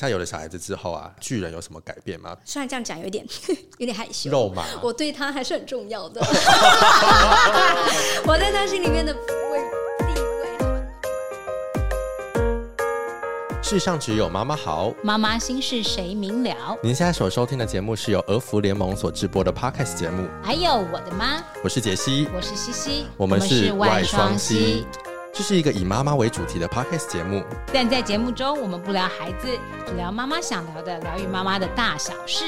像有了小孩子之后啊，巨人有什么改变吗？虽然这样讲有一点 有点害羞，肉麻，我对他还是很重 要的。 我在他心里面的位地位。世上只有妈妈好。妈妈心事谁明了？您现在所收听的节目是由俄服联盟所制播的 Podcast 节目，还有我的妈，我是杰西，我是西西，我们是外双溪，这是一个以妈妈为主题的 Podcast 节目。但在节目中，我们不聊孩子，只聊妈妈想聊的，疗愈妈妈的大小事。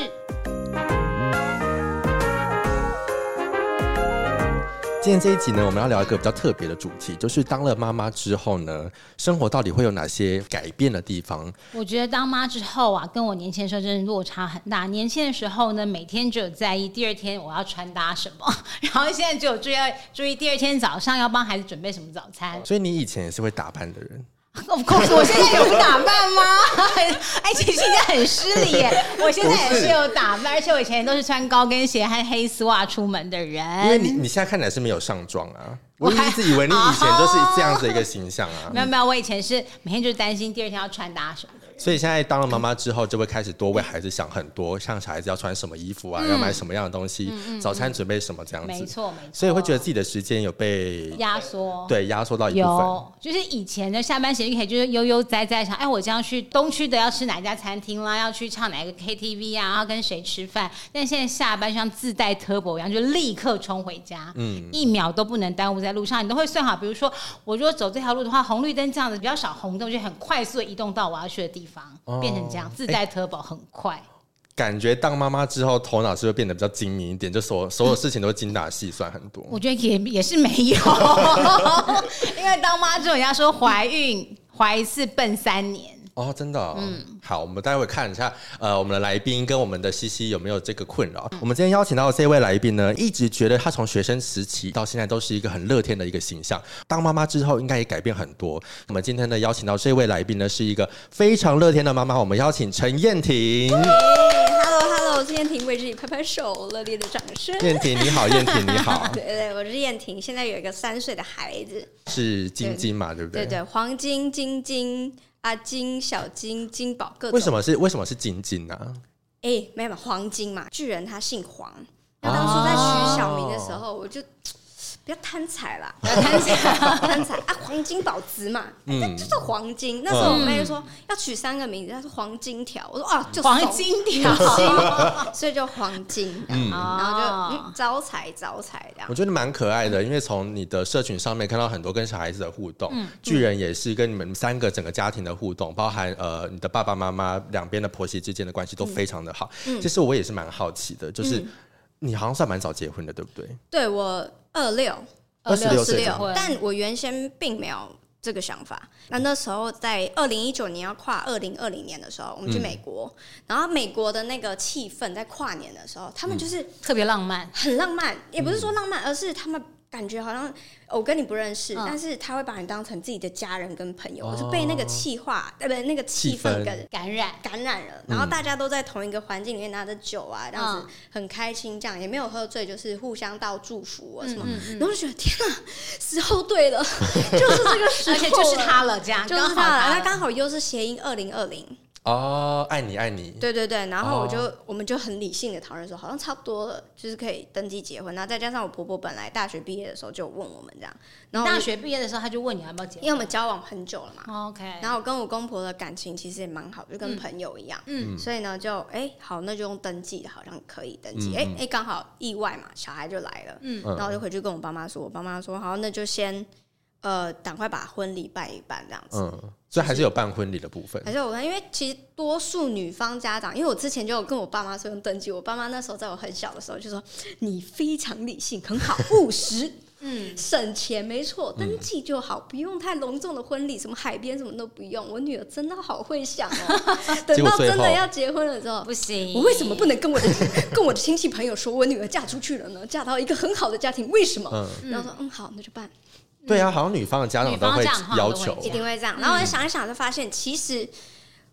今天这一集呢，我们要聊一个比较特别的主题，就是当了妈妈之后呢，生活到底会有哪些改变的地方？我觉得当妈之后啊，跟我年轻的时候真的落差很大。年轻的时候呢，每天只有在意第二天我要穿搭什么， 然后现在只有注意要注意第二天早上要帮孩子准备什么早 餐。所以你以前也是会打扮的人， Of course，我现在有打 扮吗？哎，其实现在很失礼耶。我现在也是有打扮，而且我以前都是穿高跟鞋和黑丝袜出门的因为人。你你现在看起来是没有上妆啊。我我一还直以为你以前就是这样子的一个形象啊没，有没有，我以前是每天就担心第二天要穿搭什么的人。所以现在当了妈妈之后，就会开始多为孩子想很多，像小孩子要穿什么衣服啊，嗯要买什么样的东西，早餐准备什么这样没子，错没错，所以会觉得自己的时间有被压缩。对压缩到一部分。有，就是以前的下班时间可以就是悠悠哉哉想，哎，我这样去东区的要吃哪一家餐厅啦，要去唱哪一个 KTV 啊，然后跟谁吃饭。但现在下班像自带 turbo 一样，就立刻冲回家，嗯，一秒都不能耽误在路上。你都会算好，比如说我如果走这条路的话，红绿灯这样子比较少红灯，我就很快速的移动到我要去的地方，哦哎变成这样自带 turbo 很快。感觉当妈妈之后，头脑是会变得比较精明一点，就所所有事情都精打细算很多。我觉得也也是没有， 因为当妈之后人家说怀孕怀一次笨三年。哦，真的、哦，嗯，好，我们待会看一下，呃，我们的来宾跟我们的西西有没有这个困扰。我们今天邀请到的这位来宾呢，一直觉得他从学生时期到现在都是一个很乐天的一个形象，当妈妈之后应该也改变很多。我们今天呢邀请到这位来宾呢，是一个非常乐天的妈妈，我们邀请陈燕婷， h e l l o Hello，我是燕婷，为自己拍拍手，热烈的掌声。，燕婷你好，燕婷你好对对，我是燕婷，现在有一个三岁的孩子，是晶晶嘛，对不对对对，黄金、金金、阿金、小金、金宝各种。为什？么是为什么是晶晶啊呢？哎、没有没有黄金嘛，巨人他姓黄。那哦当初在取小名的时候，我就不要贪财啦，不要贪财，贪财啊！黄金保值嘛，嗯那就是黄金。那时候我妹就说要取三个名字，她说黄金条，我说啊，就嗯黄送金条，黄金， 所以就黄金。嗯然后就、嗯哦，招财招财这样我。觉得蛮可爱的，因为从你的社群上面看到很多跟小孩子的互动，嗯巨人也是跟你们三个整个家庭的互动，包含呃你的爸爸妈妈两边的婆媳之间的关系都非常的好。嗯其实我也是蛮好奇的，就是、你好像算蛮早结婚的，对不对？对我二六26十岁六结婚，但我原先并没有这个想法。那那时候在二零一九年要跨二零二零年的时候，我们去美国，然后美国的那个气氛在跨年的时候，他们就是特别浪漫。很浪漫，也不是说浪漫，而是他们。感觉好像哦我跟你不认识，嗯但是他会把你当成自己的家人跟朋友，哦我是被那个气化，呃，不，那个气气氛氛跟感染，感染了。然后大家都在同一个环境里面拿着酒啊，这样子嗯很开心，这样也没有喝醉，就是互相道祝福啊什么。嗯然后就觉得天啊，时候对了，就是这个时候，而且就是，他了，这样就是刚好他了。那哎了刚好又是谐音二零二零，哦，爱你爱你。对对对。然后我就、哦我们就很理性的讨论说，好像差不多了，就是可以登记结婚。然后再加上我婆婆本来大学毕业的时候就问我们这样，然后我大就学毕业的时候，他就问你要不要结因为我们交往很久了嘛，婚。OK，然后我跟我公婆的感情其实也蛮好，就跟朋友一样。嗯嗯所以呢，就哎、好，那就用登记的，好像可以登记。嗯哎哎、嗯刚好意外嘛，小孩就来了，嗯嗯然后我就回去跟我爸妈说，我爸妈说好，那就先呃，赶快把婚礼办一办这样子。嗯，所以还是有办婚礼的部分还。是我因为其实多数女方家长，因为我之前就有跟我爸妈说用登记，我爸妈那时候在我很小的时候就说你非常理性，很好，务实，嗯，省钱没错，嗯登记就好，不用太隆重的婚礼，什么海边什么都不用。我女儿真的好会 想哦，等结果到最真的后要结婚了之后。不行，我为什么不能跟我的跟我的亲 戚朋友说，我女儿嫁出去了呢？嫁到一个很好的家庭，为什么？嗯，然后说，嗯，好，那就办，对啊，好像女方的家长女都方会家长好像要都会求这一样定会这样。然后我想一想，就发现其实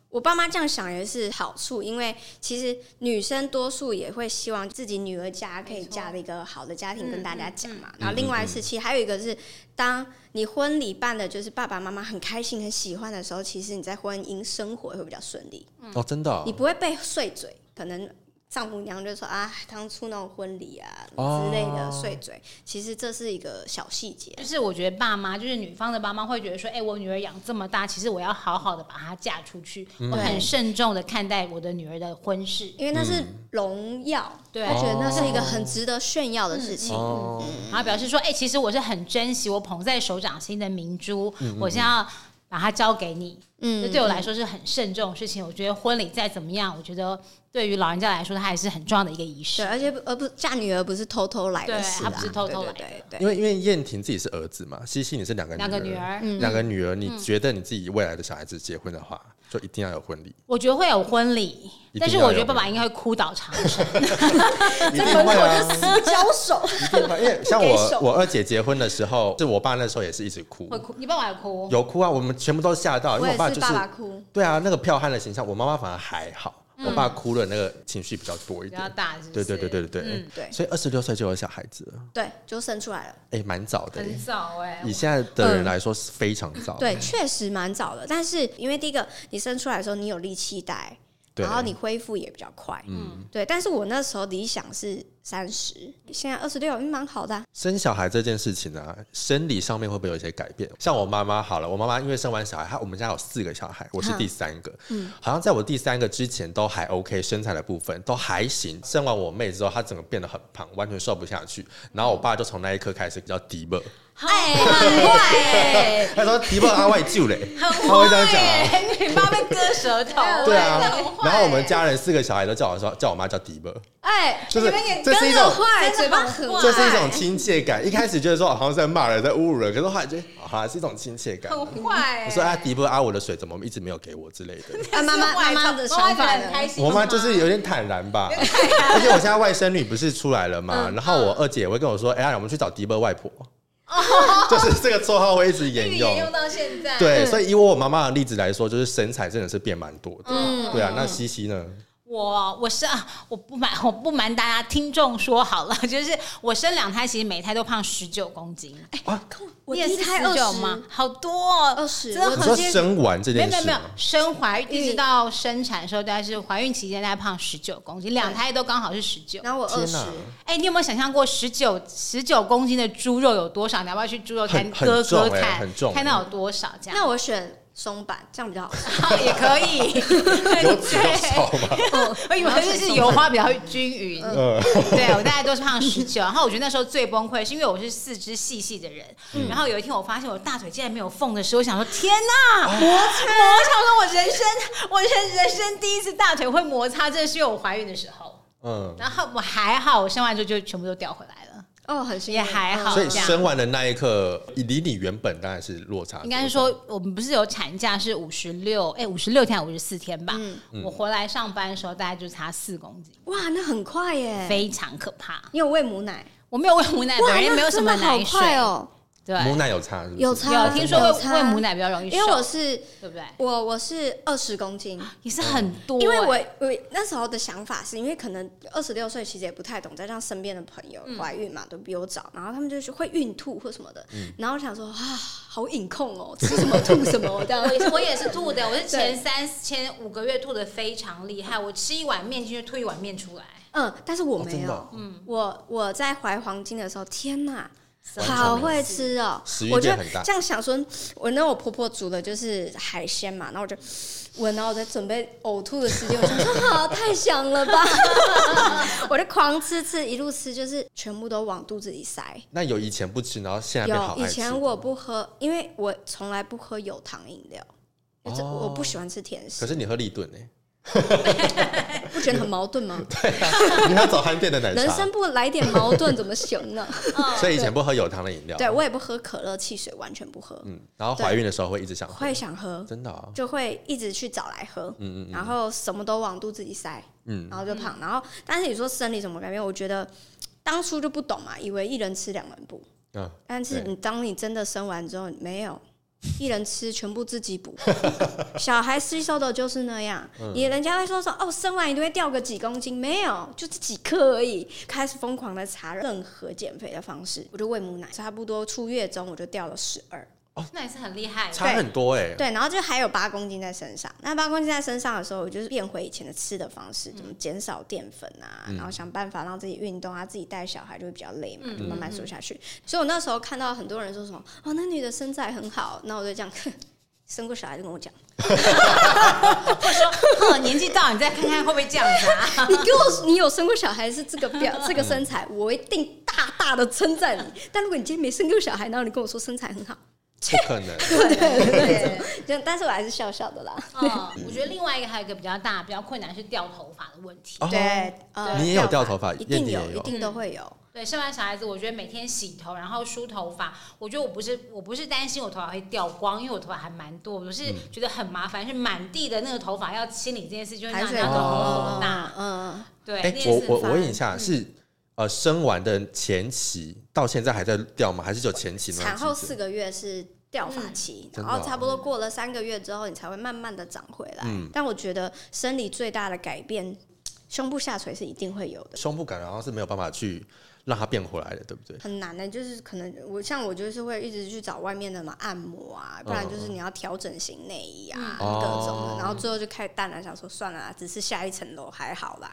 我爸妈这样想也是好处，因为其实女生多数也会希望自己女儿嫁可以嫁了一个好的家嗯庭，跟大家讲嘛。嗯然后另外是，其实还有一个是，当你婚礼办的就是爸爸妈妈很开心、很喜欢的时候，其实你在婚姻生活会比较顺利，哦，真的哦、你不会被碎嘴，可能。丈母娘就说啊，当初那种婚礼啊哦之类的碎嘴，其实这是一个小细节。就是我觉得爸妈，就是女方的爸妈会觉得说，哎、我女儿养这么大，其实我要好好的把她嫁出去，嗯我很慎重的看待我的女儿的婚事。因为那是荣耀，对他觉得那是一个很值得炫耀的事情。哦，然后表示说，哎、其实我是很珍惜我捧在手掌心的明珠，我现在要把它交给你。嗯这对我来说是很慎重的事情。我觉得婚礼再怎么样，我觉得对于老人家来说，它还是很重要的一个仪对，式。而且不而不嫁女儿不是偷偷来的对事、啊，她不是偷偷来的对对对因对为因为燕婷自己是儿子嘛，西西你是两个两个女儿，两个女儿，你觉得你自己未来的小孩子结婚的话，就一定要有婚礼，我觉得会有婚礼一定要有，但是我觉得爸爸应该会哭倒 长城。一定会啊， 交手，一定会。因为像不给我手我二姐结婚的时候，是我爸那时候也是一直哭会，哭，你爸爸有哭？有哭啊，我们全部都吓到，因我为也我爸是就是爸爸哭，对啊，那个彪悍的形象，我妈妈反而还好，我爸哭了那个情绪比较多一比较点。大是不对是，对对对对对嗯，对所以二十六岁就有小孩子了，对，就生出来了。哎，蛮早的耶，很早哎、以现在的人来说是非常早的。对，确实蛮早的，但是因为第一个，你生出来的时候你有力气带，对然后你恢复也比较快，嗯，对。但是我那时候理想是三十，现在二十六，嗯，蛮好的啊、生小孩这件事情啊，生理上面会不会有一些改变？像我妈妈好了，我妈妈因为生完小孩，她我们家有四个小孩，我是第三个，嗯，好像在我第三个之前都还 OK，身材的部分都还行。生完我妹之后，她整个变得很胖，完全瘦不下去。然后我爸就从那一刻开始比较低吧，哎， 很坏 哎、他说低吧阿外舅嘞， 很坏、欸，他会这样讲啊。 你爸被割舌头，对啊真的很坏，然后我们家人四个小孩都叫我说，叫我妈叫迪吧，哎，就是你们也这跟是一着种坏，真的嘴巴很很坏坏，这是一种亲切感。一开始觉得说好像在骂人，在侮辱人，可是后来觉得哦好啦，是一种亲切感。很坏、欸。我说啊，迪波啊，我的水怎么一直没有给我之类的？啊，妈妈妈妈的想法很开呢？心，我妈就是有点坦然吧，而且我现在外甥女不是出来了嘛，然后我二姐也会跟我说，哎、呀，我们去找迪波外婆，就是这个绰号会一直沿用。到现在。对，所以以我妈妈的例子来说，就是身材真的是变蛮多的。嗯对啊，那西西呢？我我是啊，我不瞒我不瞒大家，听众说好了， 就是我生两胎，其实每胎都胖十九公斤。哎啊我你也第一是胎十二九十吗？好多哦， 20真的你很说接生完这没有件事没有没有吗？，生怀孕一直到生产的时候，大概是怀孕期间大概胖十九公斤，两胎都刚好是十九。然后我二天十哪，哎、你有没有想象过十九十九公斤的猪肉有多少？你要不要去猪肉摊很很割割重欸看、很重看到有多少这样？那我选松板，这样比较 好吃。那也 可以，有脂有少吗？ 我以为就是油花比较均匀。嗯 对啊我大概都是胖十九，然后我觉得那时候最崩溃是因为我是四肢细细的人，然后有一天我发现我大腿竟然没有缝的时候，我想说天呐，摩擦！我想说我人生我人人生第一次大腿会摩擦，真的是因为我怀孕的时候。嗯，然后我还好，我生完之后就全部都掉回来了，哦，很幸运也还好所嗯以生完的那一刻，离你原本当然是落差多少。应该是说我们不是有产假是五十六，哎，五十六天还五十四天吧？我回来上班的时候大概就差四公斤，哇，那很快耶！非常可怕。你有喂母奶？我没有喂母奶，本嗯哇，人也那哎没有什么真的好奶水快，哦！对，母奶有差是不是，有差有听说有喂差喂母奶比较容易瘦，因为我是对不对？我我是二十公斤，也是很多、欸因为我我那时候的想法是因为可能二十六岁其实也不太懂，再加上身边的朋友怀孕嘛都比我早，然后他们就是会孕吐或什么的，然后我想说啊，好隐控哦，吃什么吐什么啊我的，也是我 也是吐的，我是前三前五个月吐的非常厉害，我吃一碗面进去吐一碗面出来，嗯，但是我哦没真的有哦，嗯，我我在怀黄金的时候，天哪！完全没有好会吃哦食！欲我就变很大这样想说，我那我婆婆煮的就是海鲜嘛，然后我就闻，然后我在准备呕吐的时间，我就说好太香了吧，我就狂吃吃，一路吃就是全部都往肚子里塞。那有以前不吃，然后现在变好有爱以吃前我不喝，因为我从来不喝有糖饮料，就是哦我不喜欢吃甜可食，是你喝立顿欸呢？不觉得很矛盾吗？ 你喝早餐店的奶人茶生，不来点矛盾怎么行呢？所以以前不喝有糖的饮料。对我也不喝可乐、汽水，完全不喝，嗯，然后怀孕的时候会一直想喝，会想喝，真的啊，就会一直去找来喝，嗯嗯然后什么都往肚子里塞，嗯然后就胖。然后，但是你说生理怎么改变？我觉得当初就不懂嘛，以为一人吃两人补，嗯，但是对你当你真的生完之后，没有，一人吃全部自己补。小孩吸收的就是那样，你人家会说说哦，生完一定会掉个几公斤，没有，就这几克而已。开始疯狂的查任何减肥的方式，我就喂母奶，差不多出月中我就掉了十二。那也是很厉害。哦差很多哎、对，然后就还有八公斤在身上。那八公斤在身上的时候，我就是变回以前的吃的方式，嗯怎么减少淀粉啊，然后想办法让自己运动啊，自己带小孩就会比较累嘛，嗯就慢慢瘦下去。所以我那时候看到很多人说什么，哦，那女的身材很好，那我就这样。哼生过小孩就跟 我讲，哦，年纪到了你再看看会不会这样子啊？你给我，你有生过小孩是这个 表这个身材，我一定大大的称赞你。但如果你今天没生过小孩，然后你跟我说身材很 好，不可 能。对。就但是我还是笑笑的啦。 嗯，我觉得另外一个还有一个比较大、比较困难是掉头发的问题。哦对，呃你也有掉头发一燕定妮有，也一有定都会有。对，生完小孩子，我觉得每天洗头，然后梳头发，我觉得我不是我不是担心我头发会掉光，因为我头发还蛮多，我嗯是觉得很麻烦，是满地的那个头发要清理这件事，就会让人家头哦头嗯大。嗯，对，哎、那嗯件我事我很我问烦一下，是呃生完的前期到现在还在掉吗？还是只有前期呢？产后四个月是掉发期，嗯然后真的哦差不多过了三个月之后，你才会慢慢的长回来。嗯但我觉得生理最大的改变，胸部下垂是一定会有的。胸部感，然后是没有办法去让它变回来的，对不对？很难的，就是可能我像我就是会一直去找外面的嘛按摩啊，嗯不然就是你要调整型内衣啊，嗯各种哦的，然后最后就开始淡然想说算了啦，只是下一层楼还好啦，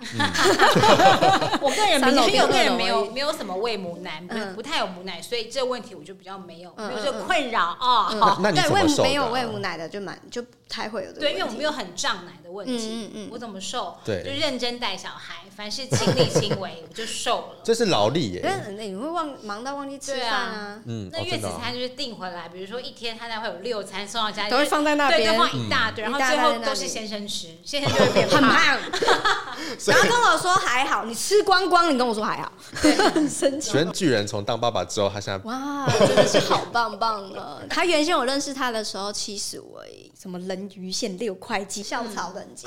我个人没三楼有，因为我变个二人楼没而有已没有什么喂母奶，不嗯不太有母奶，所以这问题我就比较没有，嗯没有嗯这嗯困扰哦。那 那你对怎喂么母瘦没的有啊喂母奶的就蛮就不太会有的，对，因为我没有很胀奶的问题，嗯嗯嗯我怎么瘦？对就认真带小孩，凡事亲力亲为，我就瘦了。这是劳力耶、因为哎你会忘忙到忘记吃对饭啊啊，嗯，那哦月真子的哦餐就是订回来，比如说一天他才会有六餐送到家里，都会放在那对，边都，嗯放一大堆，然后一大最袋后在那都是里先生吃，先生就 会变胖。很慢。所 然以后跟我说还好，你吃光光，你跟我说还好， 很生气。选举人从当爸爸之后，他现在哇，真的是好棒棒啊了！ 他原先我认识他的时候七十五而已，什么人鱼线六块肌，校草等 级，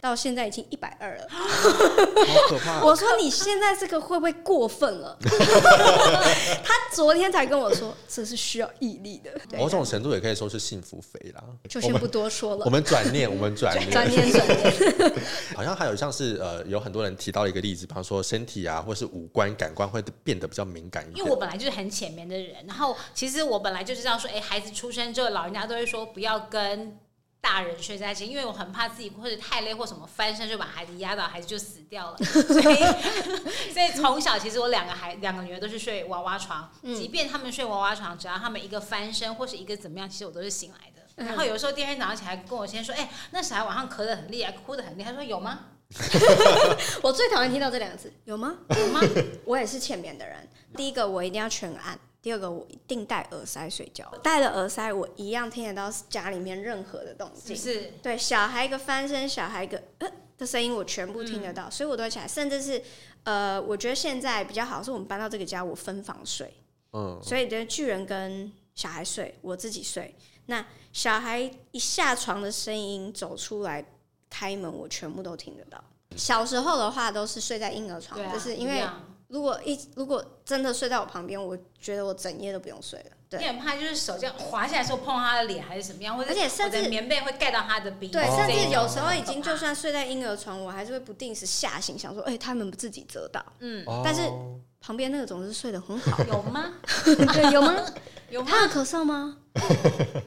到现在已经一百二了。好可怕哦。 我说你现在这个会不会过分 了？他昨天才跟我说，这是需要毅力的。对某种程度也可以说是幸福肥啦。就我先们不多说我了，们转念，我们转念，转念转念。 好像还有像是呃，有很多人提到一个例子，比方说身体啊，或是五官感官会变得比较敏感一因点为我。本来就是很浅眠的人，然后其实我本来就知道说，哎、孩子出生之后，老人家都会说不要跟大人睡在一起，因为我很怕自己或者太累或什么翻身就把孩子压倒，孩子就死掉了。 所以，所以从小其实我两个孩两个女儿都是睡娃娃床，嗯即便他们睡娃娃床，只要他们一个翻身或是一个怎么样，其实我都是醒来的。嗯然后有时候第二天早上起来跟我先说，哎、那小孩晚上咳得很厉害，哭得很厉害，他说有吗？ 我最讨厌听到这两个字，有吗？有吗？我也是浅眠的人。第一个我一定要全按，第二个我一定戴耳塞睡觉。戴了耳塞，我一样听得到家里面任何的动是静。不是？对，小孩一个翻身，小孩一个呃的声音，我全部听得到，所以我都会起来。甚至是呃，我觉得现在比较好，是我们搬到这个家，我分房睡，嗯，所以的巨人跟小孩睡，我自己睡。那小孩一下床的声音走出来开门，我全部都听得到。小时候的话都是睡在婴儿床，对啊，就是因一为样如果一如果真的睡在我旁边，我觉得我整夜都不用睡了。你对很怕就是手这样滑下来的时候碰到他的脸还是怎么样，或者而且甚至我的棉被会盖到他的鼻子这对，一种，甚至有时候已经就很可怕算睡在婴儿床，我还是会不定时吓醒，想说，哎、他们自己折到。嗯哦但是旁边那个总是睡 得很 好，有吗？嗯 对，有吗？ 有吗？他有咳嗽吗？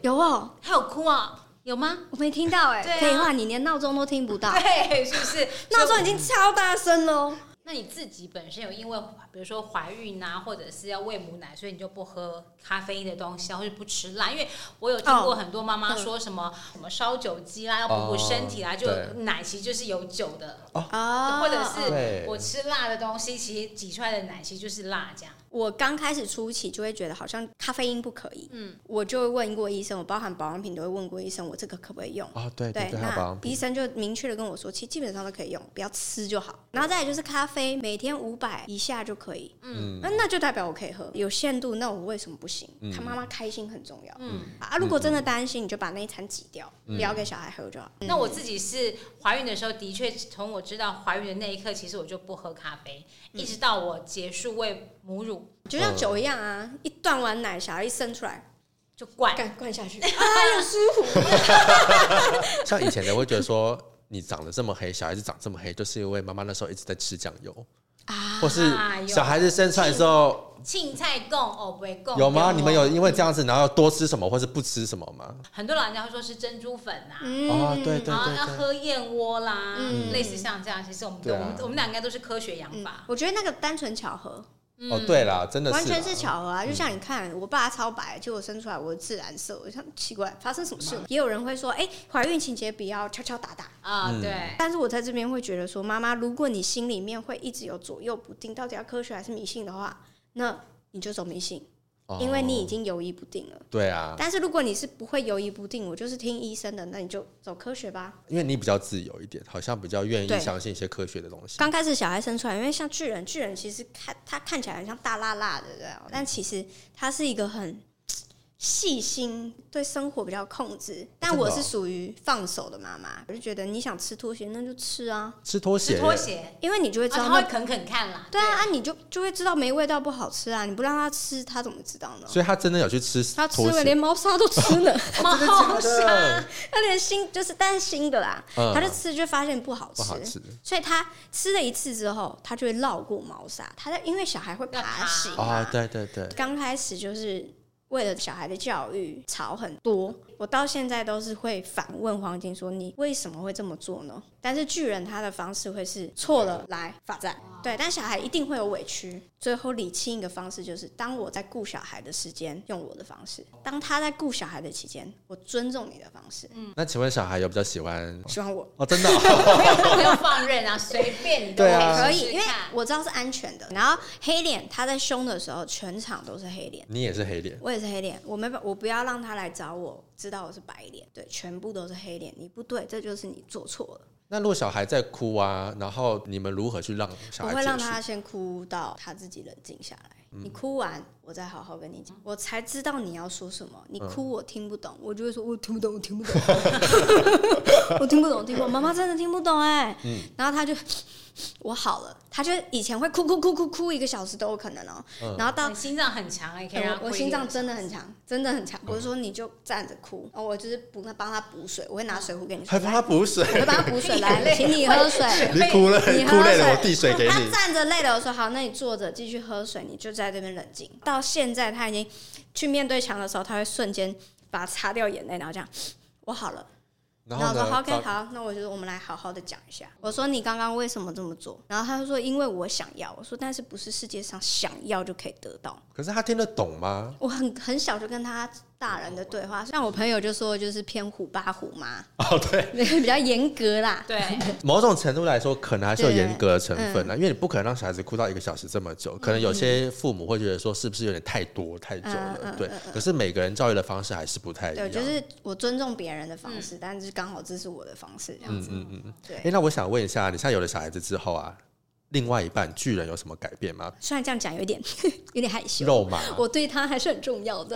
有哦，他有哭啊？有吗？我没听到哎、对啊废话，你连闹钟都听不到， 对，是不 是？所闹以钟已经超大声喽。那你自己本身有因为比如说怀孕啊，或者是要喂母奶，所以你就不喝咖啡因的东西啊，或者不吃辣，因为我有哦听过很多妈嗯妈说什么、什么烧酒鸡啦，要补补身体啦，哦就对奶其实就是有酒的，啊或者对是我吃辣的东西，其实挤出来的奶其实就是辣这样。我刚开始初期就会觉得好像咖啡因不可以，嗯，我就会问过医生，我包含保养品都会问过医生，我这个可不可以用？啊，对对对，还有保那养医品，生就明确的跟我说，其实基本上都可以用，不要吃就好。然后再来就是咖啡，每天五百以下就可以，嗯，那那就代表我可以喝，有限度，那我为什么不行？他妈妈开心很重要，嗯啊，如果真的担心，你就把那一餐挤掉，不要给小孩喝就好。嗯那我自己是怀孕的时候，的确从我知道怀孕的那一刻，其实我就不喝咖啡，嗯一直到我结束喂母乳。嗯就像酒一样啊，一断完奶，小孩一生出来，就灌。灌灌下去， 哎呦舒服。像以前的会觉得说，你长得这么黑，小孩子长这么黑，就是因为妈妈那时候一直在吃酱油啊，或是小孩子生出来之后 青菜供哦，不会供有吗？你们有因为这样子，然后多吃什么或是不吃什么吗？很多老人家会说是珍珠粉啊，哦，对对然后要对对，喝燕窝啦，嗯类似像这样，其实我们对对啊我们我们俩应该都是科学养法。我觉得那个单纯巧合，嗯哦对啦，嗯真的是完全啦是巧合啊！就像你看，我爸超白，结果生出来我是自然色，我就想奇怪， 发生什么事了？也有人会说，哎，怀孕情节不要敲敲打打。啊，嗯对，但是我在这边会觉得说，妈妈，如果你心里面会一直有左右不定，到底要科学还是迷信的话，那你就走迷信，哦因为你已经犹疑不定了。对啊，但是如果你是不会犹疑不定，我就是听医生的，那你就走科学吧。因为你比较自由一点，好像比较愿对意相信一些科学的东西。刚开始小孩生出来，因为像巨人，巨人其实看他看起来很像大辣辣的这样，但其实他是一个很细心，对生活比较控制。但真的我哦是属于放手的妈妈，我就觉得你想吃拖鞋那就吃啊，吃拖鞋是拖鞋，因为你啊就会知道他那、会啃啃看啦。对啊，啊你就就会知道没味道不好吃啊，你不让他吃，他怎么知道呢？所以他真的有去吃他吃拖了连鞋，啊猫砂都吃 了，对，猫真砂的他连新就是但是新的啦，嗯他就吃就发现不好不吃，好吃所以他吃了一次之后，他就会绕过猫砂。他在因为小孩会要爬爬行嘛啊！对对对，刚开始就是为了小孩的教育吵很多，我到现在都是会反问黄金说你为什么会这么做呢？但是巨人他的方式会是错了来罚站，对，但小孩一定会有委屈。最后理清一个方式就是，当我在顾小孩的时间，用我的方式；当他在顾小孩的期间，我尊重你的方式。那请问小孩有比较喜欢喜欢我哦？真的 哦不用放任啊，随便你都对啊可试以，试因为看我知道是安全的。然后黑脸他在凶的时候，全场都是黑脸。你也是黑脸，我也是黑脸，我没办，我不要让他来找我，知道我是白脸，对，全部都是黑脸，你不对，这就是你做错了。那如果小孩在哭啊，然后你们如何去让小我孩会让结他束？嗯先哭到他自己冷静下来，你哭完，我再好好跟你讲，我才知道你要说什么。你嗯哭我听不懂，我就会说我听不懂，我听不懂， 我听不懂，听不懂，妈妈真的听不懂哎、嗯然后他就。我好了，他就以前会哭哭哭哭哭一个小时都有可能哦、嗯然后到你哎心脏很强啊，也可以欸让他我我跪心一个脏真的很强，真的很强。嗯我是说，你就站着哭，哦，我就是补帮他补水，我会拿水壶给你说，还帮他来补 水，我会帮他补水，眼来，泪请你喝水。你哭了，你喝哭累了，水我递水给他 你。站着累了，我说好，那你坐着继续喝水，你就在这边冷静。到现在他已经去面对墙的时候，他会瞬间把它擦掉眼泪，然后这样，我好了。然后后我呢说好 OK 找好，那我觉得我们来好好的讲一下。我说你刚刚为什么这么做？然后他就说因为我想要。我说但是不是世界上想要就可以得到？可是他听得懂吗？我很很小就跟他大人的对话，像我朋友就说就是偏虎爸虎 妈， 哦，对，比较严格啦。对，某种程度来说，可能还是有严格的成分啊对呢、因为你不可能让小孩子哭到一个小时这么久。可能有些父母会觉得说，是不是有点太多太久了？嗯嗯对嗯、嗯可是每个人教育的方式还是不太一对，样。就是我尊重别人的方嗯式，但是刚好这是我的方式，这样子。嗯嗯嗯。哎、对，那我想问一下，你现在有了小孩子之后啊，另外一半巨人有什么改变吗？虽然这样讲有点 有点害羞，肉麻，我对他还是很重要 的，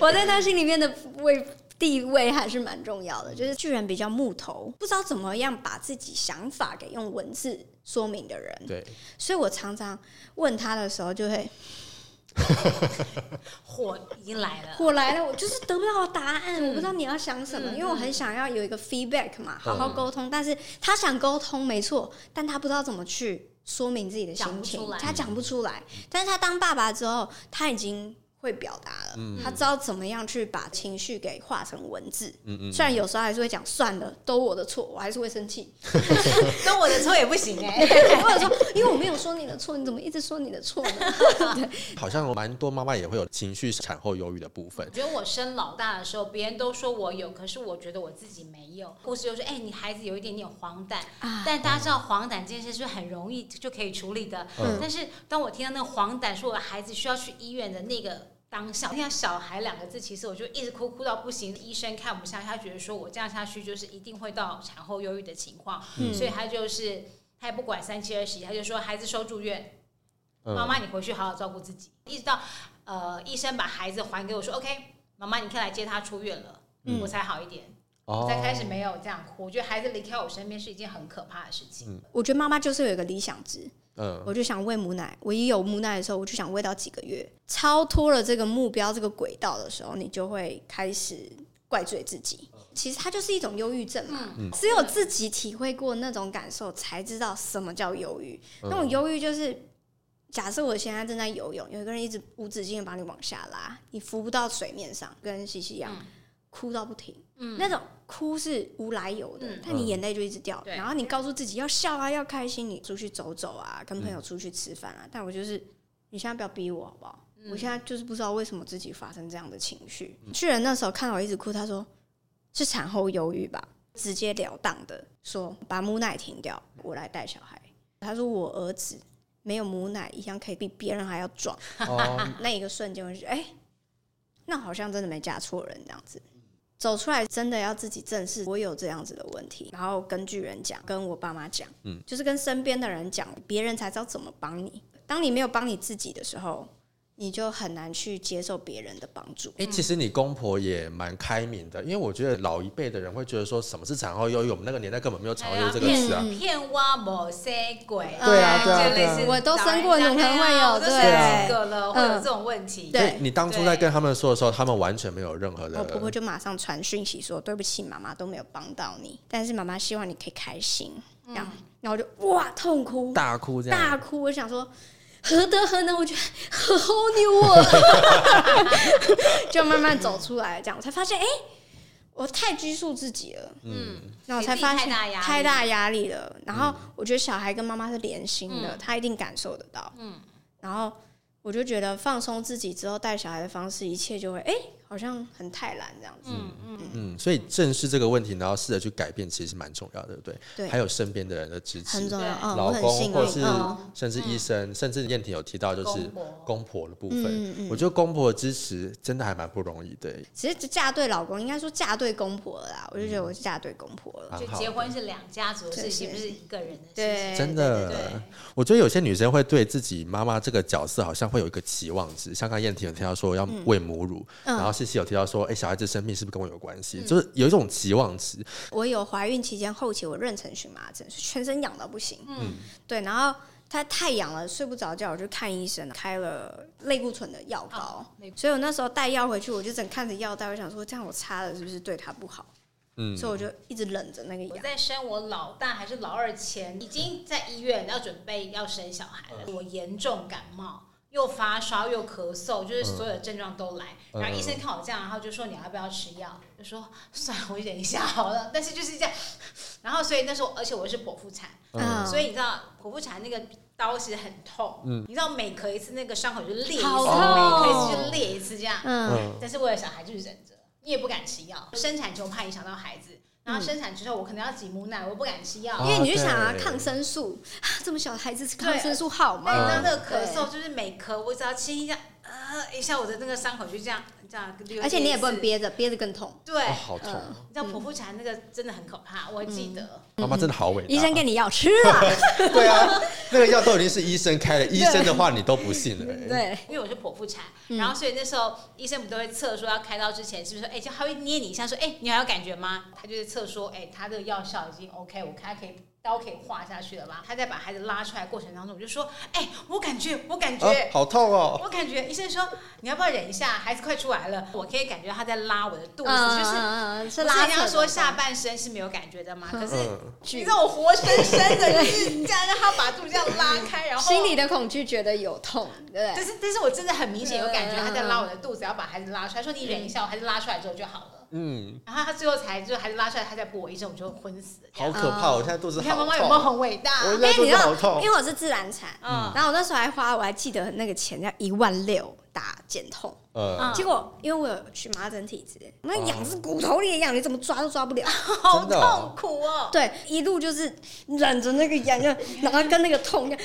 我在他心里面的位地位还是蛮重要的。就是巨人比较木头，不知道怎么样把自己想法给用文字说明的人，对，所以我常常问他的时候就会。火已经来了，我来了，我就是得不到答嗯案，我不知道你要想什么，因为我很想要有一个 feedback 嘛，好好沟通。但是他想沟通没错，但他不知道怎么去说明自己的心情讲不出来，他讲不出来。但是他当爸爸之后，他已经会表达了，他知道怎么样去把情绪给化成文字。嗯虽然有时候还是会讲算了，都我的错，我还是会 生气，跟我的错也不行哎，或者说因为我没有说你的错，你怎么一直说你的错呢？ 好像蛮多妈妈也会有情绪产后忧郁的部分我。 觉得我生老大的时候，别人都说我有，可是我觉得我自己没有。护士就说：“哎、你孩子有一点点黄疸。啊但大家知道黄疸这件事是很容易就可以处理的。嗯但是当我听到那个黄疸说我的孩子需要去医院的那个当下，我听到“小孩”两个字，其实我就一直哭哭到不行。医生看不下去，他觉得说我这样下去就是一定会到产后忧郁的情况，嗯嗯所以他就是他也不管三七二十一，他就说孩子收住院。妈嗯，妈，你回去好好照顾自己。一直到呃医生把孩子还给我说，OK，妈妈，你可以来接他出院了，嗯我才好一点。哦才开始没有这样哭，我觉得孩子离开我身边是一件很可怕的事情。我觉得妈妈就是有一个理想值，嗯我就想喂母奶。我一有母奶的时候，我就想喂到几个月。超脱了这个目标、这个轨道的时候，你就会开始怪罪自己。其实它就是一种忧郁症嘛，嗯只有自己体会过那种感受，才知道什么叫忧郁。嗯那种忧郁就是，假设我现在正在游泳，有一个人一直无止境的把你往下拉，你浮不到水面上，跟西西一样，哭到不停。那种哭是无来由的，嗯但你眼泪就一直掉。对然后你告诉自己要笑啊，要开心，你出去走走嗯啊，跟朋友出去吃饭啊。但我就是，你现在不要逼我好不好？嗯我现在就是不知道为什么自己发生这样的情绪。巨人那时候看到我一直哭，他说是产后忧郁吧，直截了当的说把母奶停掉，我来带小孩。他说我儿子没有母奶一样可以比别人还要壮。哦，那一个瞬间，我就觉得哎、那好像真的没嫁错人这样子。走出来真的要自己正视我有这样子的问题，然后跟巨人讲，跟我爸妈讲，嗯就是跟身边的人讲，别人才知道怎么帮你。当你没有帮你自己的时候，你就很难去接受别人的帮助。哎、其实你公婆也蛮开明的，因为我觉得老一辈的人会觉得说什么是产后忧郁，我们那个年代根本没有产后忧郁这个词啊。嗯骗挖某些鬼，对啊对啊就类似对啊我都生过你可能会有啊我都生对几个了，会有这种问题。对所以你当初在跟他们说的时候，他们完全没有任何的。我婆婆哦就马上传讯息说：“对不起，妈妈都没有帮到你，但是妈妈希望你可以开心。”这样，然后我就哇痛哭，嗯大哭这大样，哭，我想说何德何能，我觉得好牛啊我，就慢慢走出来，这样我才发现，哎、我太拘束自己了，嗯，然后我才发现给自己太大压力太大压力了。然后嗯我觉得小孩跟妈妈是连心的，他一定感受得到，嗯然后我就觉得放松自己之后带小孩的方式，一切就会哎、好像很泰然这样子。嗯嗯，嗯，所以正视这个问题，然后试着去改变，其实蛮重要的，对不对？对还有身边的人的支持很，重要，对嗯，老我很公幸或是运，嗯，甚至医生，甚至燕婷有提到就是公公婆婆的部嗯嗯分，嗯我觉得公婆的支持真的还蛮不容易的，其实嫁对老公，应该说嫁对公婆了啦。我就嗯觉得我嫁对公婆了，蛮就好的。结婚是两家族的事情，对不是一个人的事情。对，真对的对对对，我觉得有些女生会对自己妈妈这个角色好像会有一个期望值，像刚燕婷有提到说要喂母乳，嗯然后西西有提到说，哎、小孩子生病是不是跟我有关系？就是有一种期望值，我有怀孕期间后期我妊娠荨麻疹，是全身痒到不行。嗯，对，然后它太痒了，睡不着觉，我就看医生，开了类固醇的药膏哦。类所以我那时候带药回去，我就整看着药袋，我想说这样我擦了是不是对它不好？嗯，所以我就一直忍着那个我痒。在生我老大还是老二前，已经在医院要准备要生小孩嗯了。我严重感冒，又发烧又咳嗽，就是所有的症状都来。嗯然后医生看我这样，然后就说你要不要吃药？就说 算了，我忍一下好了。但是就是这样，然后所以那时候，而且我是剖腹产，嗯所以你知道剖腹产那个。刀其实很痛，嗯你知道每咳一次那个伤口就裂一次，每咳好一痛次就裂一次这样，嗯嗯但是为了小孩就是忍着，你也不敢吃药。生产前我怕影响到孩子，嗯然后生产之后我可能要挤母奶，我不敢吃药。啊因为你就想啊，对抗生素，啊这么小的孩子吃抗生素好对，吗？然后那个咳嗽就是每咳，我只要轻一下，呃一下我的那个伤口就这样这样流血而且你也不能一次。憋着，憋着更痛。对哦，，好痛，嗯嗯你知道剖腹产那个真的很可怕，我记得。妈妈真的好伟大。医生给你药吃了， 对啊，那个药都已经是医生开的，医生的话你都不信了、哎 对，因为我是剖腹产，嗯然后所以那时候医生不都会测说要开刀之前是不是说，哎、就他会捏你一下说，哎、你还有感觉吗？他就是测说，哎、他的药效已经 OK，我看他可以刀可以划下去了吧？他在把孩子拉出来过程当中，我就说，哎、我感觉，我感觉。啊，好痛哦。我感觉医生说你要不要忍一下，孩子快出来了，我可以感觉他在拉我的肚子，就是嗯嗯嗯不是是拉人扯家的说吧下半身是没有感觉的嘛，可是嗯你让我活生生的就是这样让他把肚子这样拉开，然后心里的恐惧觉得有痛，对但不对？是，但是我真的很明显有感觉他在拉我的肚子，要把孩子拉出来。说你忍一下，我孩子拉出来之后就好了。嗯，然后他最后才就是孩子拉出来，他再拨我一阵，我就昏死。嗯好可怕！我现在肚子你好看痛。妈妈有没有很伟大？我因为你知好道，痛因为我是自然产，嗯然后我那时候还花，我还记得那个钱要一万六打减痛，呃，嗯哦结果因为我有荨麻疹体质，那痒是骨头里的痒，你怎么抓都抓不了。好真的哦痛苦哦。对，一路就是忍着那个痒，就然后跟那个痛一样，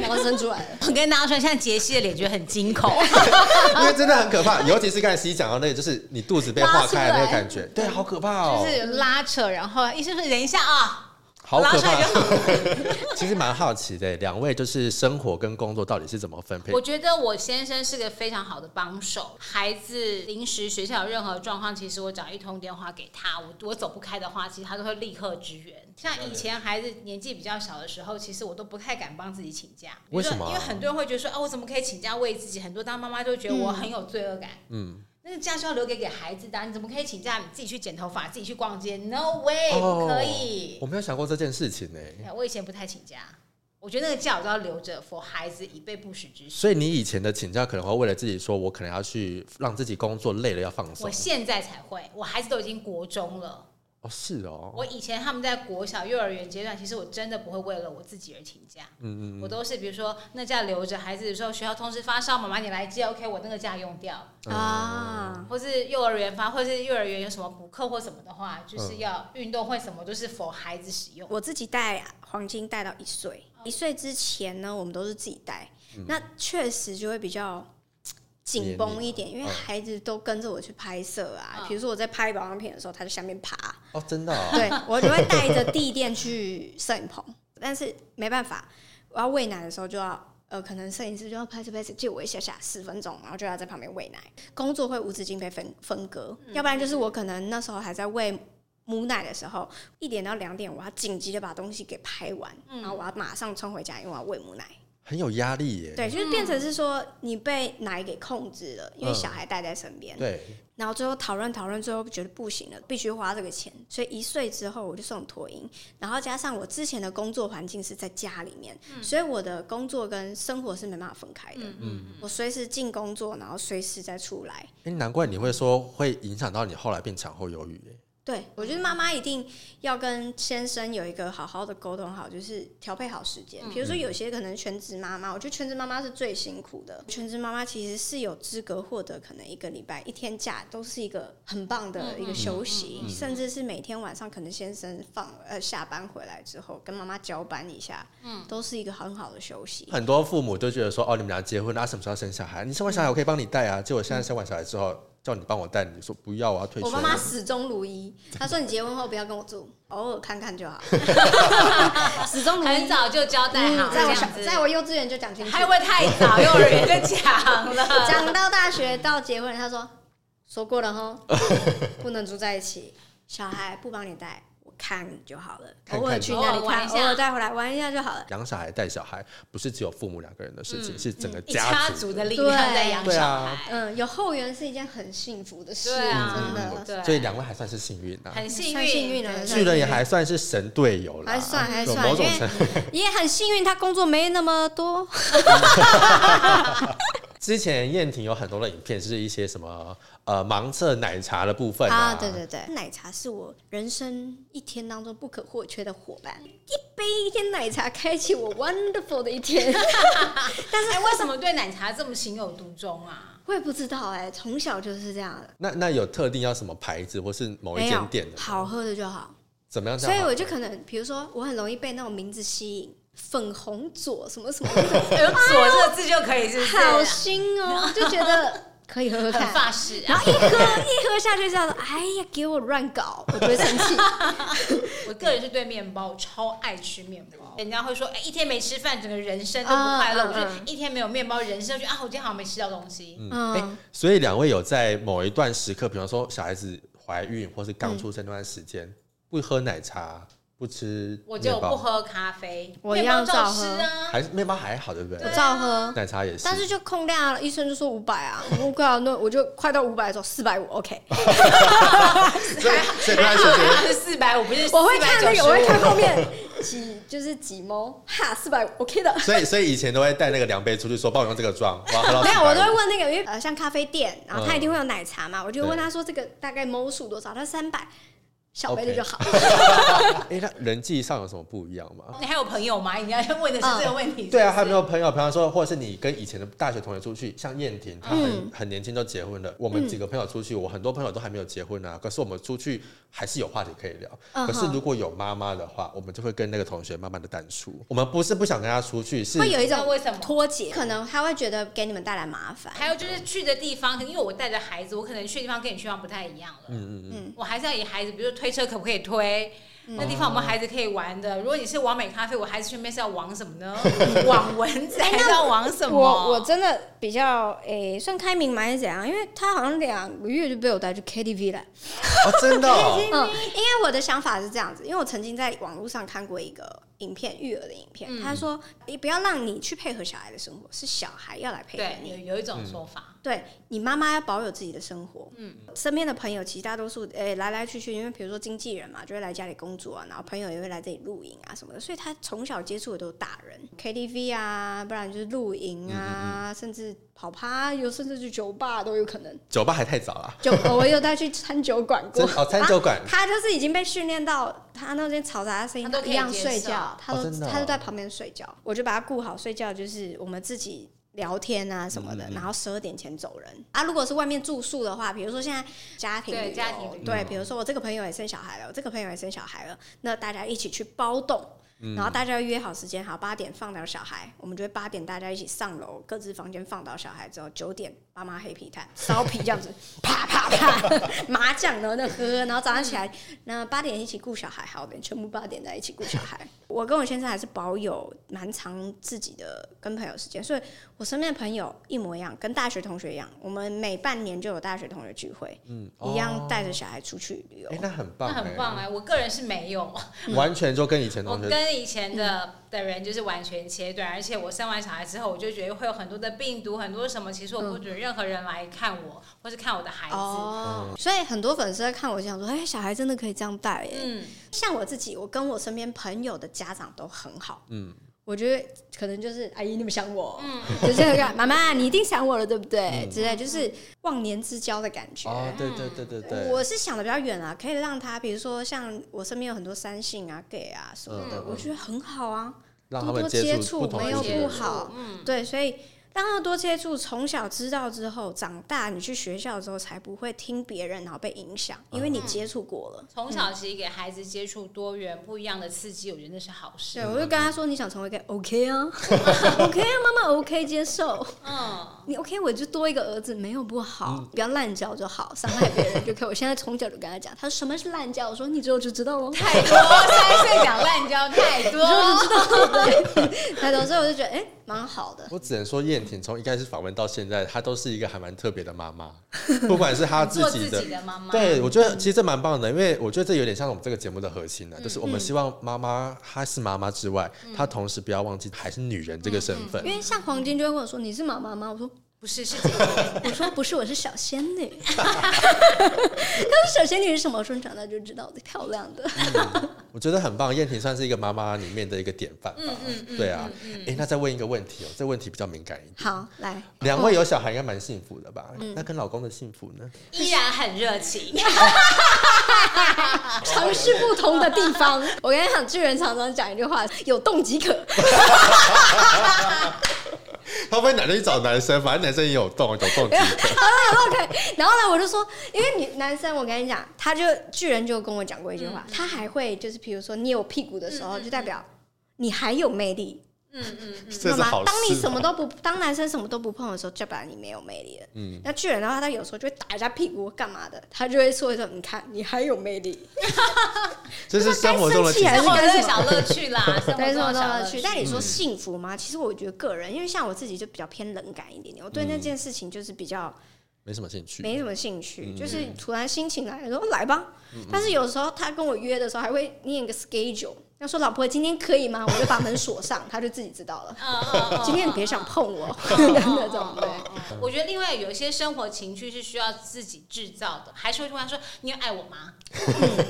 然后生出来了。我跟大家说，现在杰西的脸觉得很惊恐，因为真的很可怕，尤其是刚才西西讲到那个，就是你 啊肚子被化开的那个感觉，对，好可怕哦。就是拉扯，然后医生说忍一下啊，好拉可出来就怕！ 其实蛮好奇的，两位就是生活跟工作到底是怎么分配我？觉得我先生是个非常好的帮手，孩子临时学校有任何状况，其实我只要一通电话给他，我我走不开的话，其实他都会立刻支援。像以前孩子年纪比较小的时候，其实我都不太敢帮自己请假，为什么啊比如说因为很多人会觉得说，哦，我怎么可以请假为自己？很多当妈妈就觉得我很有罪恶感。嗯，那个假是要留给给孩子的啊、你怎么可以请假？你自己去剪头发，自己去逛街？No way，、哦不可以。我没有想过这件事情呢。对啊我以前不太请假，我觉得那个假我都要留着，for 孩子以备不时之需。所以你以前的请假可能会为了自己说，我可能要去让自己工作累了要放松我。现在才会，我孩子都已经国中了。哦，是哦，我以前他们在国小、幼儿园阶段，其实我真的不会为了我自己而请假，嗯嗯我都是比如说那假留着，孩子说学校通知发烧，妈妈你来接，OK，我那个假用掉， 嗯啊，或是幼儿园发，或是幼儿园有什么补课或什么的话，就是要运动会什么都是否孩子使用。嗯我自己带黄金带到一岁，一岁之前呢，我们都是自己带，嗯那确实就会比较。紧绷一点，因为孩子都跟着我去拍摄啊。嗯比如说我在拍保养品的时候，他在下面爬，哦，真的、哦， 对我就会带着地垫去摄影棚， 但是没办法，我要喂奶的时候就要。呃，可能摄影师就要拍着拍着借我一下下十分钟，然后就要在旁边喂奶。工作会无止境被分分割，要不然就是我可能那时候还在喂母奶的时候，一点到两点我要紧急的把东西给拍完，然后我要马上冲回家，因为我要喂母奶。很有压力耶。对，就是变成是说你被奶给控制了，因为小孩带在身边。对，然后最后讨论讨论，最后觉得不行了，必须花这个钱，所以一岁之后我就送托婴，然后加上我之前的工作环境是在家里面，所以我的工作跟生活是没办法分开的，嗯，我随时进工作，然后随时再出来。哎，难怪你会说会影响到你后来变产后忧郁耶。对，我觉得妈妈一定要跟先生有一个好好的沟通，好就是调配好时间。比如说有些可能全职妈妈，我觉得全职妈妈是最辛苦的。全职妈妈其实是有资格获得可能一个礼拜一天假，都是一个很棒的一个休息，甚至是每天晚上可能先生放呃下班回来之后跟妈妈交班一下，嗯，都是一个很好的休息。很多父母都觉得说，哦，你们俩结婚，啊，什么时候要生小孩？你生完小孩我可以帮你带啊。结果现在生完小孩之后，叫你帮我带，你说不要，我要退休我了。妈妈始终如一，她说你结婚后不要跟我住，偶尔看看就 好。始终如一很早就交代好，嗯在我这小样子在我幼稚园就讲清楚，还会太早，幼儿园就讲 了。讲到大学到结婚，他说说过了哈，不能住在一起，小孩不帮你带，我看就好了，看看偶尔去那就好里看，哦偶尔玩一偶下尔带回来玩一下就好了。养小孩带小孩不是只有父母两个人的事情，是整个一家族的力量在养对小啊孩，嗯，有后援是一件很幸福的事，对啊真嗯的。对所以两位还算是幸运啊。很幸算运，幸运了对算巨人也还算是神队友啦，还算还有算某种因为程也很幸运，他工作没那么多。之前燕婷有很多的影片是一些什么呃盲测奶茶的部分啊，啊，对对对，奶茶是我人生一天当中不可或缺的伙伴。一杯一天奶茶，开启我 wonderful 的一天。 但是、哎为什么对奶茶这么情有独钟 啊？我也不知道哎、从小就是这样的。那那有特定要什么牌子或是某一没有间店的吗好喝的就好，怎么样叫所好？以我就可能，比如说，我很容易被那种名字吸引，粉红左什么 什么那种，有“左”这个字就可以，是不是？好新哦，就觉得可以喝喝很看。发式然啊！后一喝一喝下去，这样子，哎呀，给我乱搞，我就会生气。我个人是对面包，我超爱吃面包。人家会说，哎、一天没吃饭，整个人生都不快乐。嗯嗯嗯我就一天没有面包，人生就啊，我今天好像没吃到东西。嗯，哎、嗯所以两位有在某一段时刻，比方说小孩子怀孕或是嗯刚出生那段时间，不喝奶茶，不吃我面就不包，喝咖啡，我一面包样照照喝吃啊。还是面包还好，对不对？我照喝，奶茶也是，啊但是就空量了，医生就说五百啊，我快要那我就快到五百的时候，四百五 OK，所以所以还他好是觉它是四百五，不是我会看那个，我会看495后面几就是几毛，哈，四百五 OK 的。得所以所以以前都会带那个量杯出去说，帮我用这个装，我要喝到 没有，我都会400问那个，因为呃，像咖啡店，然后他一定会有奶茶嘛，我就问对他说这个大概某数多少，他说三百，小杯的 OK 就好。哎、那人际上有什么不一样吗？你还有朋友吗？你要问的是嗯这个问题。对啊，还有是不没是有朋友，比方说，或者是你跟以前的大学同学出去，像燕婷，她很、嗯很年轻就结婚了。我们几个朋友出去，我很多朋友都还没有结婚啊，可是我们出去还是有话题可以聊。嗯可是如果有妈妈的话，我们就会跟那个同学慢慢的淡出。我们不是不想跟她出去，是会有一那种为什么脱节，可能他会觉得给你们带来麻烦。还有就是去的地方，因为我带着孩子，我可能去的地方跟你去的地方不太一样了。嗯嗯嗯，嗯，我还是要以孩子，比如说推车可不可以推，那地方我们孩子可以玩的。如果你是往美咖啡，我孩子去面是要往什么 呢？往蚊子还是要往什么？哎我我真的比较诶、算开明嘛还是怎啊样？因为他好像两个月就被我带去 KTV 了。哦，真的 哦、嗯，因为我的想法是这样子，因为我曾经在网络上看过一个影片，育儿的影嗯片，他说你不要让你去配合小孩的生活，是小孩要来配合对你。有有一种说法，对你妈妈要保有自己的生活，嗯，身边的朋友其实大多数，诶、来来去去，因为比如说经纪人嘛，就会来家里工作啊，然后朋友也会来这里露营啊什么的，所以他从小接触的都是大人，KTV 啊，不然就是露营啊，甚至跑趴，有甚至去酒吧都有可能。酒吧还太早了，酒， 我有带去餐酒馆过真，哦，啊餐酒馆、他就是已经被训练到，他那边嘈杂的声音他都可以一样接受睡觉，他哦都、真的哦他都在旁边睡觉，我就把他顾好睡觉，就是我们自己聊天啊什么嗯的，然后十二点前走人啊。如果是外面住宿的话，比如说现在家庭对旅游家庭旅游对，比如说我这个朋友也生小孩了，我这个朋友也生小孩了，那大家一起去包栋。然后大家约好时间，好八点放倒小孩，我们就会八点大家一起上楼，各自房间放倒小孩之后，九点爸妈黑皮蛋烧皮这样子，啪啪啪麻将，然后那喝，然后早上起来，那八点一起顾小孩，好的，全部八点在一起顾小孩。 我跟我先生还是保有蛮长自己的跟朋友时间，所以我身边的朋友一模一样，跟大学同学一样，我们每半年就有大学同学聚会，嗯一样哎、带着小孩出去旅游诶。那很棒、那欸，很棒哎、我个人是没有， 完全就跟以前我同学跟以前嗯的的人就是完全切断，而且我生完小孩之后，我就觉得会有很多的病毒，很多什么，其实我不准任何人来看我，或是看我的孩子。嗯哦，所以很多粉丝在看我，想说，哎、小孩真的可以这样带耶。嗯，像我自己，我跟我身边朋友的家长都很好，嗯嗯，我觉得可能就是阿姨你们想我，嗯就是那个妈妈你一定想我了，对不对？之类就是忘年之交的感觉。嗯哦，对对对对对，我是想的比较远啊，可以让他，比如说像我身边有很多三性啊、gay 啊什么的，嗯我觉得很好啊，让他们多多接触不同没的有接不触。好，嗯，对，所以让他多接触，从小知道之后，长大你去学校之后才不会听别人然后被影响，因为你接触过了。从小其实给孩子接触多元不一样的刺激，我觉得那是好对，事。我就跟他说你想成为 gay OK 啊，OK 啊，妈妈 OK 接受， 嗯，你 OK 我就多一个儿子没有不好，不要滥交就好，伤害别人就可以。我现在从小就跟他讲，他说什么是滥交，我说你之后就知道哦喽。太多三岁讲滥交太多， 那时候我就觉得哎，蛮好的。我只能说，燕婷从一开始访问到现在，她都是一个还蛮特别的妈妈，不管是她自做己自的己的妈妈。对，我觉得其实这蛮棒的，因为我觉得这有点像我们这个节目的核心呢、就是我们希望妈妈她是妈妈之外，她同时不要忘记还是女人这个身份。因为像黄金就会问我说：“你是妈妈吗？”我说不是是姐姐，：“我说不是，我是小仙女。” 他说：“小仙女是什么？”我说：“你长大就知道的，漂亮的。我觉得很棒，燕婷算是一个妈妈里面的一个典范嗯吧。对啊，哎、那再问一个问题哦、这问题比较敏感一点”。好，来，两位有小孩应该蛮幸福的吧？那跟老公的幸福呢？依然很热 情。尝试不同的地 方。我跟你讲，巨人常常讲一句话：“有动即可。”他会不会男生去找男生？反正男生也有动，有动机。然后呢，我就说，因为你男生，我跟你讲，他就巨人就跟我讲过一句话，他还会就是，比如说你有屁股的时候，就代表你还有魅力，嗯嗯嗯，这是好事吗。哦当你什么都不，当男生什么都不碰的时候，就代表你没有魅力了。嗯那巨人的话，他有时候就会打人家屁股干嘛的，他就会说一种，你看你还有魅力，这是生活中的生气还生是活中干什的么小乐趣 啦，生活对，中的这么多小乐乐趣。趣。但你说幸福吗？其实我觉得个人，因为像我自己就比较偏冷感一点点，我对那嗯件事情就是比较。没什么兴趣。没什么兴嗯趣，就是突然心情来了说来吧。但是有时候他跟我约的时候，还会念一个 schedule，他说老婆今天可以吗？我就把门锁上， 他就自己知道了。嗯嗯嗯今天你别想碰哦我 那种，对。我觉得另外有一些生活情趣是需要自己制造的，还是会问他说：“你有爱我吗嗯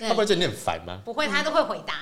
他不会觉得你很烦吗？”？不会，他都会回答。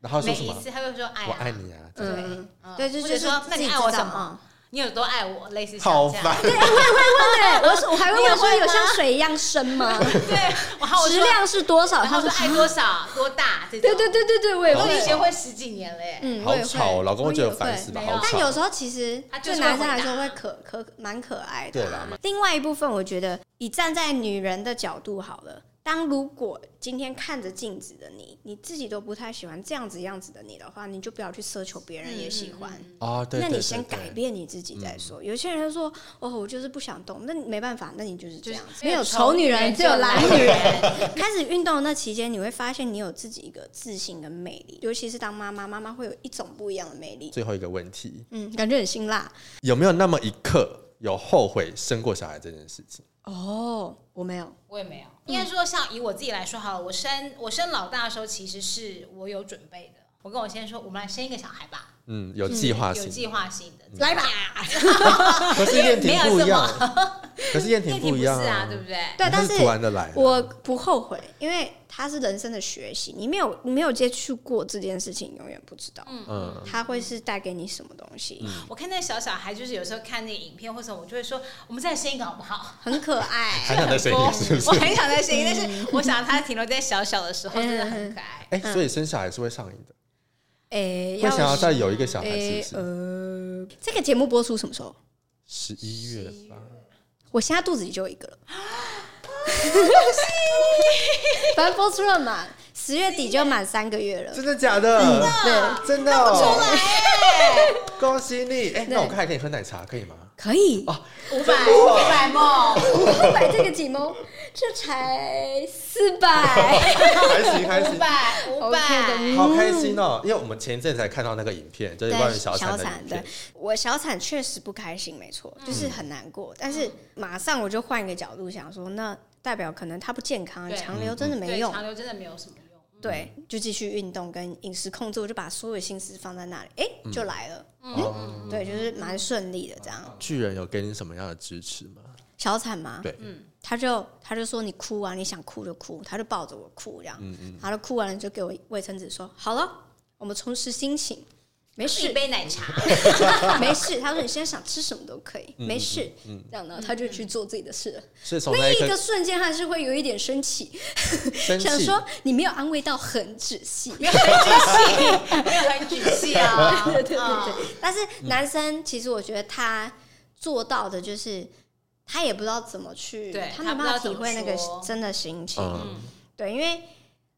然嗯后他说每什一么？次他会说：“爱、啊，我爱。你啊！对”嗯嗯对，就或就者是说：“那自你己爱我知道什么？？你有多爱我？”类似像好这样烦。嗯对，我说我还会问说你有问有吗像水一样深 吗？对，然哦后我质说，量是多少？然后他我说啊说爱多 哦少、多大这种。对对对对对，我也好都已经会。结婚十几年了耶。嗯，我好也会吵哦，老公我会觉也得烦会啊死吧？没有好但有吵。时候其实他就是对会男生来说回答会可可蛮可爱的。对啦，另外一部分，我觉得以站在女人的角度好了，当如果今天看着镜子的你，你自己都不太喜欢这样子样子的你的话，你就不要去奢求别人也喜嗯欢。啊，对，那对你先改。对对嗯变你自己再说。有些人就说：“哦，我就是不想动。”那你没办法，那你就是这样子。没没有有丑丑女女人人，只只有有懒懒女女人人。 开始运动的那期间，你会发现你有自己一个自信跟魅力，尤其是当妈妈，妈妈会有一种不一样的魅力。最后一个问题，嗯，感觉很辛辣有没有那么一刻有后悔生过小孩这件事情？哦。我没有， 我也没有，应该说像以我自己来说好了，我生我生老大的时候，其实是我有准备的。我跟我先生说，我们来生一个小孩吧，嗯，有计划有性，嗯计划性的，来吧。可是燕没婷有不一什样么，可是燕婷那题不一是样啊，对不对？对，但但是突然的来啊，我不后悔，因为它是人生的学习。你没有你没有接触过这件事情，永远不知道嗯，它会是带给你什么东西，我看那小小孩，就是有时候看那个影片或者我就会说，我们再生一个好不好？很可 爱。还想再生一个是不我是？很想再生一个，但是嗯我想他停留在小小的时候，真的很可爱。哎，所以生小孩是会上瘾的，诶，会想要要再有一个小孩，是诶不是？呃，这个节目播出什么时候？十一月吧，我现在肚子里就有一个了。 反正播出了嘛，十月底就满三个月了。真的假的？对，真的哦，恭喜你！哎，那我还可以喝奶茶，可以吗？可以。嗯五百五百梦，五百这个几毛？这才四百。还行，还五行。百五 OK 的百，好开心哦！因为我们前一阵才看到那个影片，就是关于小产小的影对片。我小产确实不开心，没错，嗯就是很难过。但是马上我就换一个角度想说，那代表可能它不健康，对强留真的没对用长。留真的没有什嗯么用。对，就继续运动跟饮食控制，我就把所有心思放在那里，哎、嗯就来了。嗯哦对，就是蛮顺利的这样。巨人有给你什么样的支持吗？小产嘛，对，他就他就说你哭啊，你想哭就哭，他就抱着我哭这样，他就哭完了就给我卫生纸说好了，我们重拾心情，没是一事杯奶茶，没事。他说你现在想吃什么都可以，没事，这样呢他就去做自己的事了。是从那那一一个刻瞬间还是会有一点生气，生想气，说你没有安慰到很仔细。没有很举 气，没有很举气啊。 对对对，但是男生其实我觉得他做到的就是，他也不知道怎么去对，没办他法不知道体会那怎么个说真的心情。嗯对，因为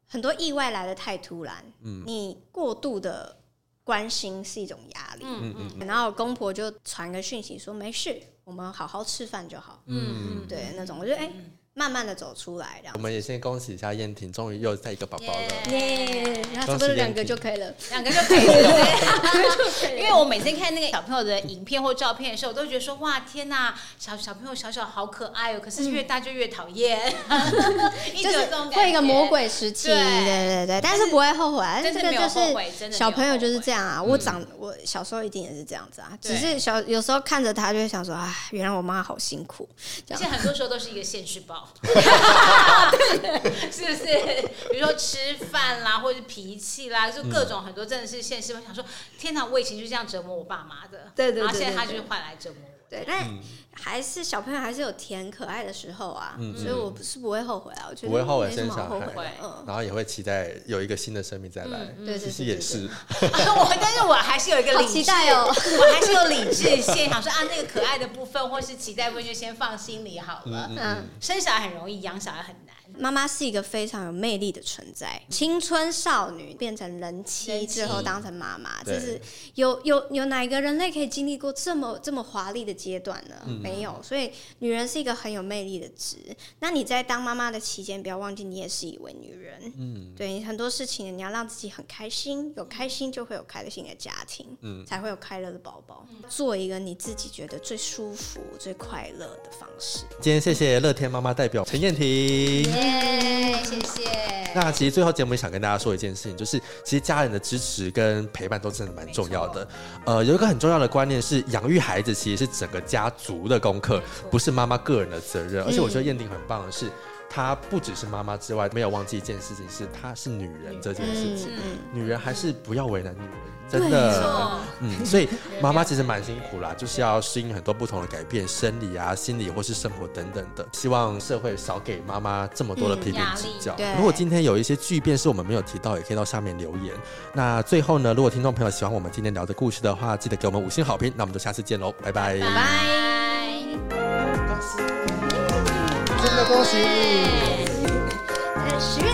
很多意外来的太突然，嗯你过度的关心是一种压力。嗯嗯然后公婆就传个讯息说没事，我们好好吃饭就好。嗯，对，那种我觉得哎、慢慢的走出来，这我样。们也先恭喜一下燕婷，终于又在一个嗯宝宝了。耶，然后差不多两个就可以了。两个就可以 了。因为我每次看那个小朋友的影片或照片的时候，我都觉得说哇天呐，小小朋友小小好可爱哦，可是越大就越讨厌， 一就直有是这种感觉。会一个魔，鬼时期，对对对对，但是不会后悔啊，真这的个没有就后悔真的没有是小朋友就是这样啊。我悔长我小时候一定也是这样子啊，对只是小有时候看着他就会想说，哎，原来我妈好辛苦，这而样且很多时候都是一个现世 报， 是不是？比如说吃饭啦，或者是脾气啦，就各种很多真的是现世报。想说天呐，我以前就这样折磨我爸妈的，对对然后对现在对他就对是换来折磨我。 对，但嗯还是小朋友还是有甜可爱的时候啊，所以我不是不会后悔啊，我觉嗯得不会后悔没什么好后生悔小的孩，嗯，然后也会期待有一个新的生命再来。对对其嗯对实也对是，我但是我还是有一个好理智期待哦我还是有理智线，想说啊，那个可爱的部分或是期待部分就先放心里好了。嗯，生小孩很容易，养小孩很 难。妈妈是一个非常有魅力的存在，青春少女变成人人妻妻之后当成妈妈，对这是有有有哪一个人类可以经历过这么这么华丽的阶段呢？没有，所以女人是一个很有魅力的值。那你在当妈妈的期间，不要忘记你也是一位女人。嗯，对，很多事情你要让自己很开心，有开心就会有开心的家庭，嗯才会有快乐的宝宝。做一个你自己觉得最舒服、最快乐的方式。今天谢谢乐天妈妈代表陈燕婷。耶，谢谢。那其实最后节目想跟大家说一件事情，就是其实家人的支持跟陪伴都真的蛮重要的。呃，有一个很重要的观念是，养育孩子其实是整个家族的功课，不是妈妈个人的责任。而且我觉得燕婷很棒的是，她不只是妈妈之外，没有忘记一件事情是，她是女人这件事情。嗯，女人还是不要为难女人，真对没的错。哦，嗯，所以妈妈其实蛮辛苦啦，就是要适应很多不同的改变，生理啊、心理或是生活等等的。希望社会少给妈妈这么多的批评指教。嗯压力对如果今天有一些巨变是我们没有提到，也可以到下面留言。那最后呢，如果听众朋友喜欢我们今天聊的故事的话，记得给我们五星好评。那我们就下次见喽，拜拜。拜。真的恭喜你。耶十月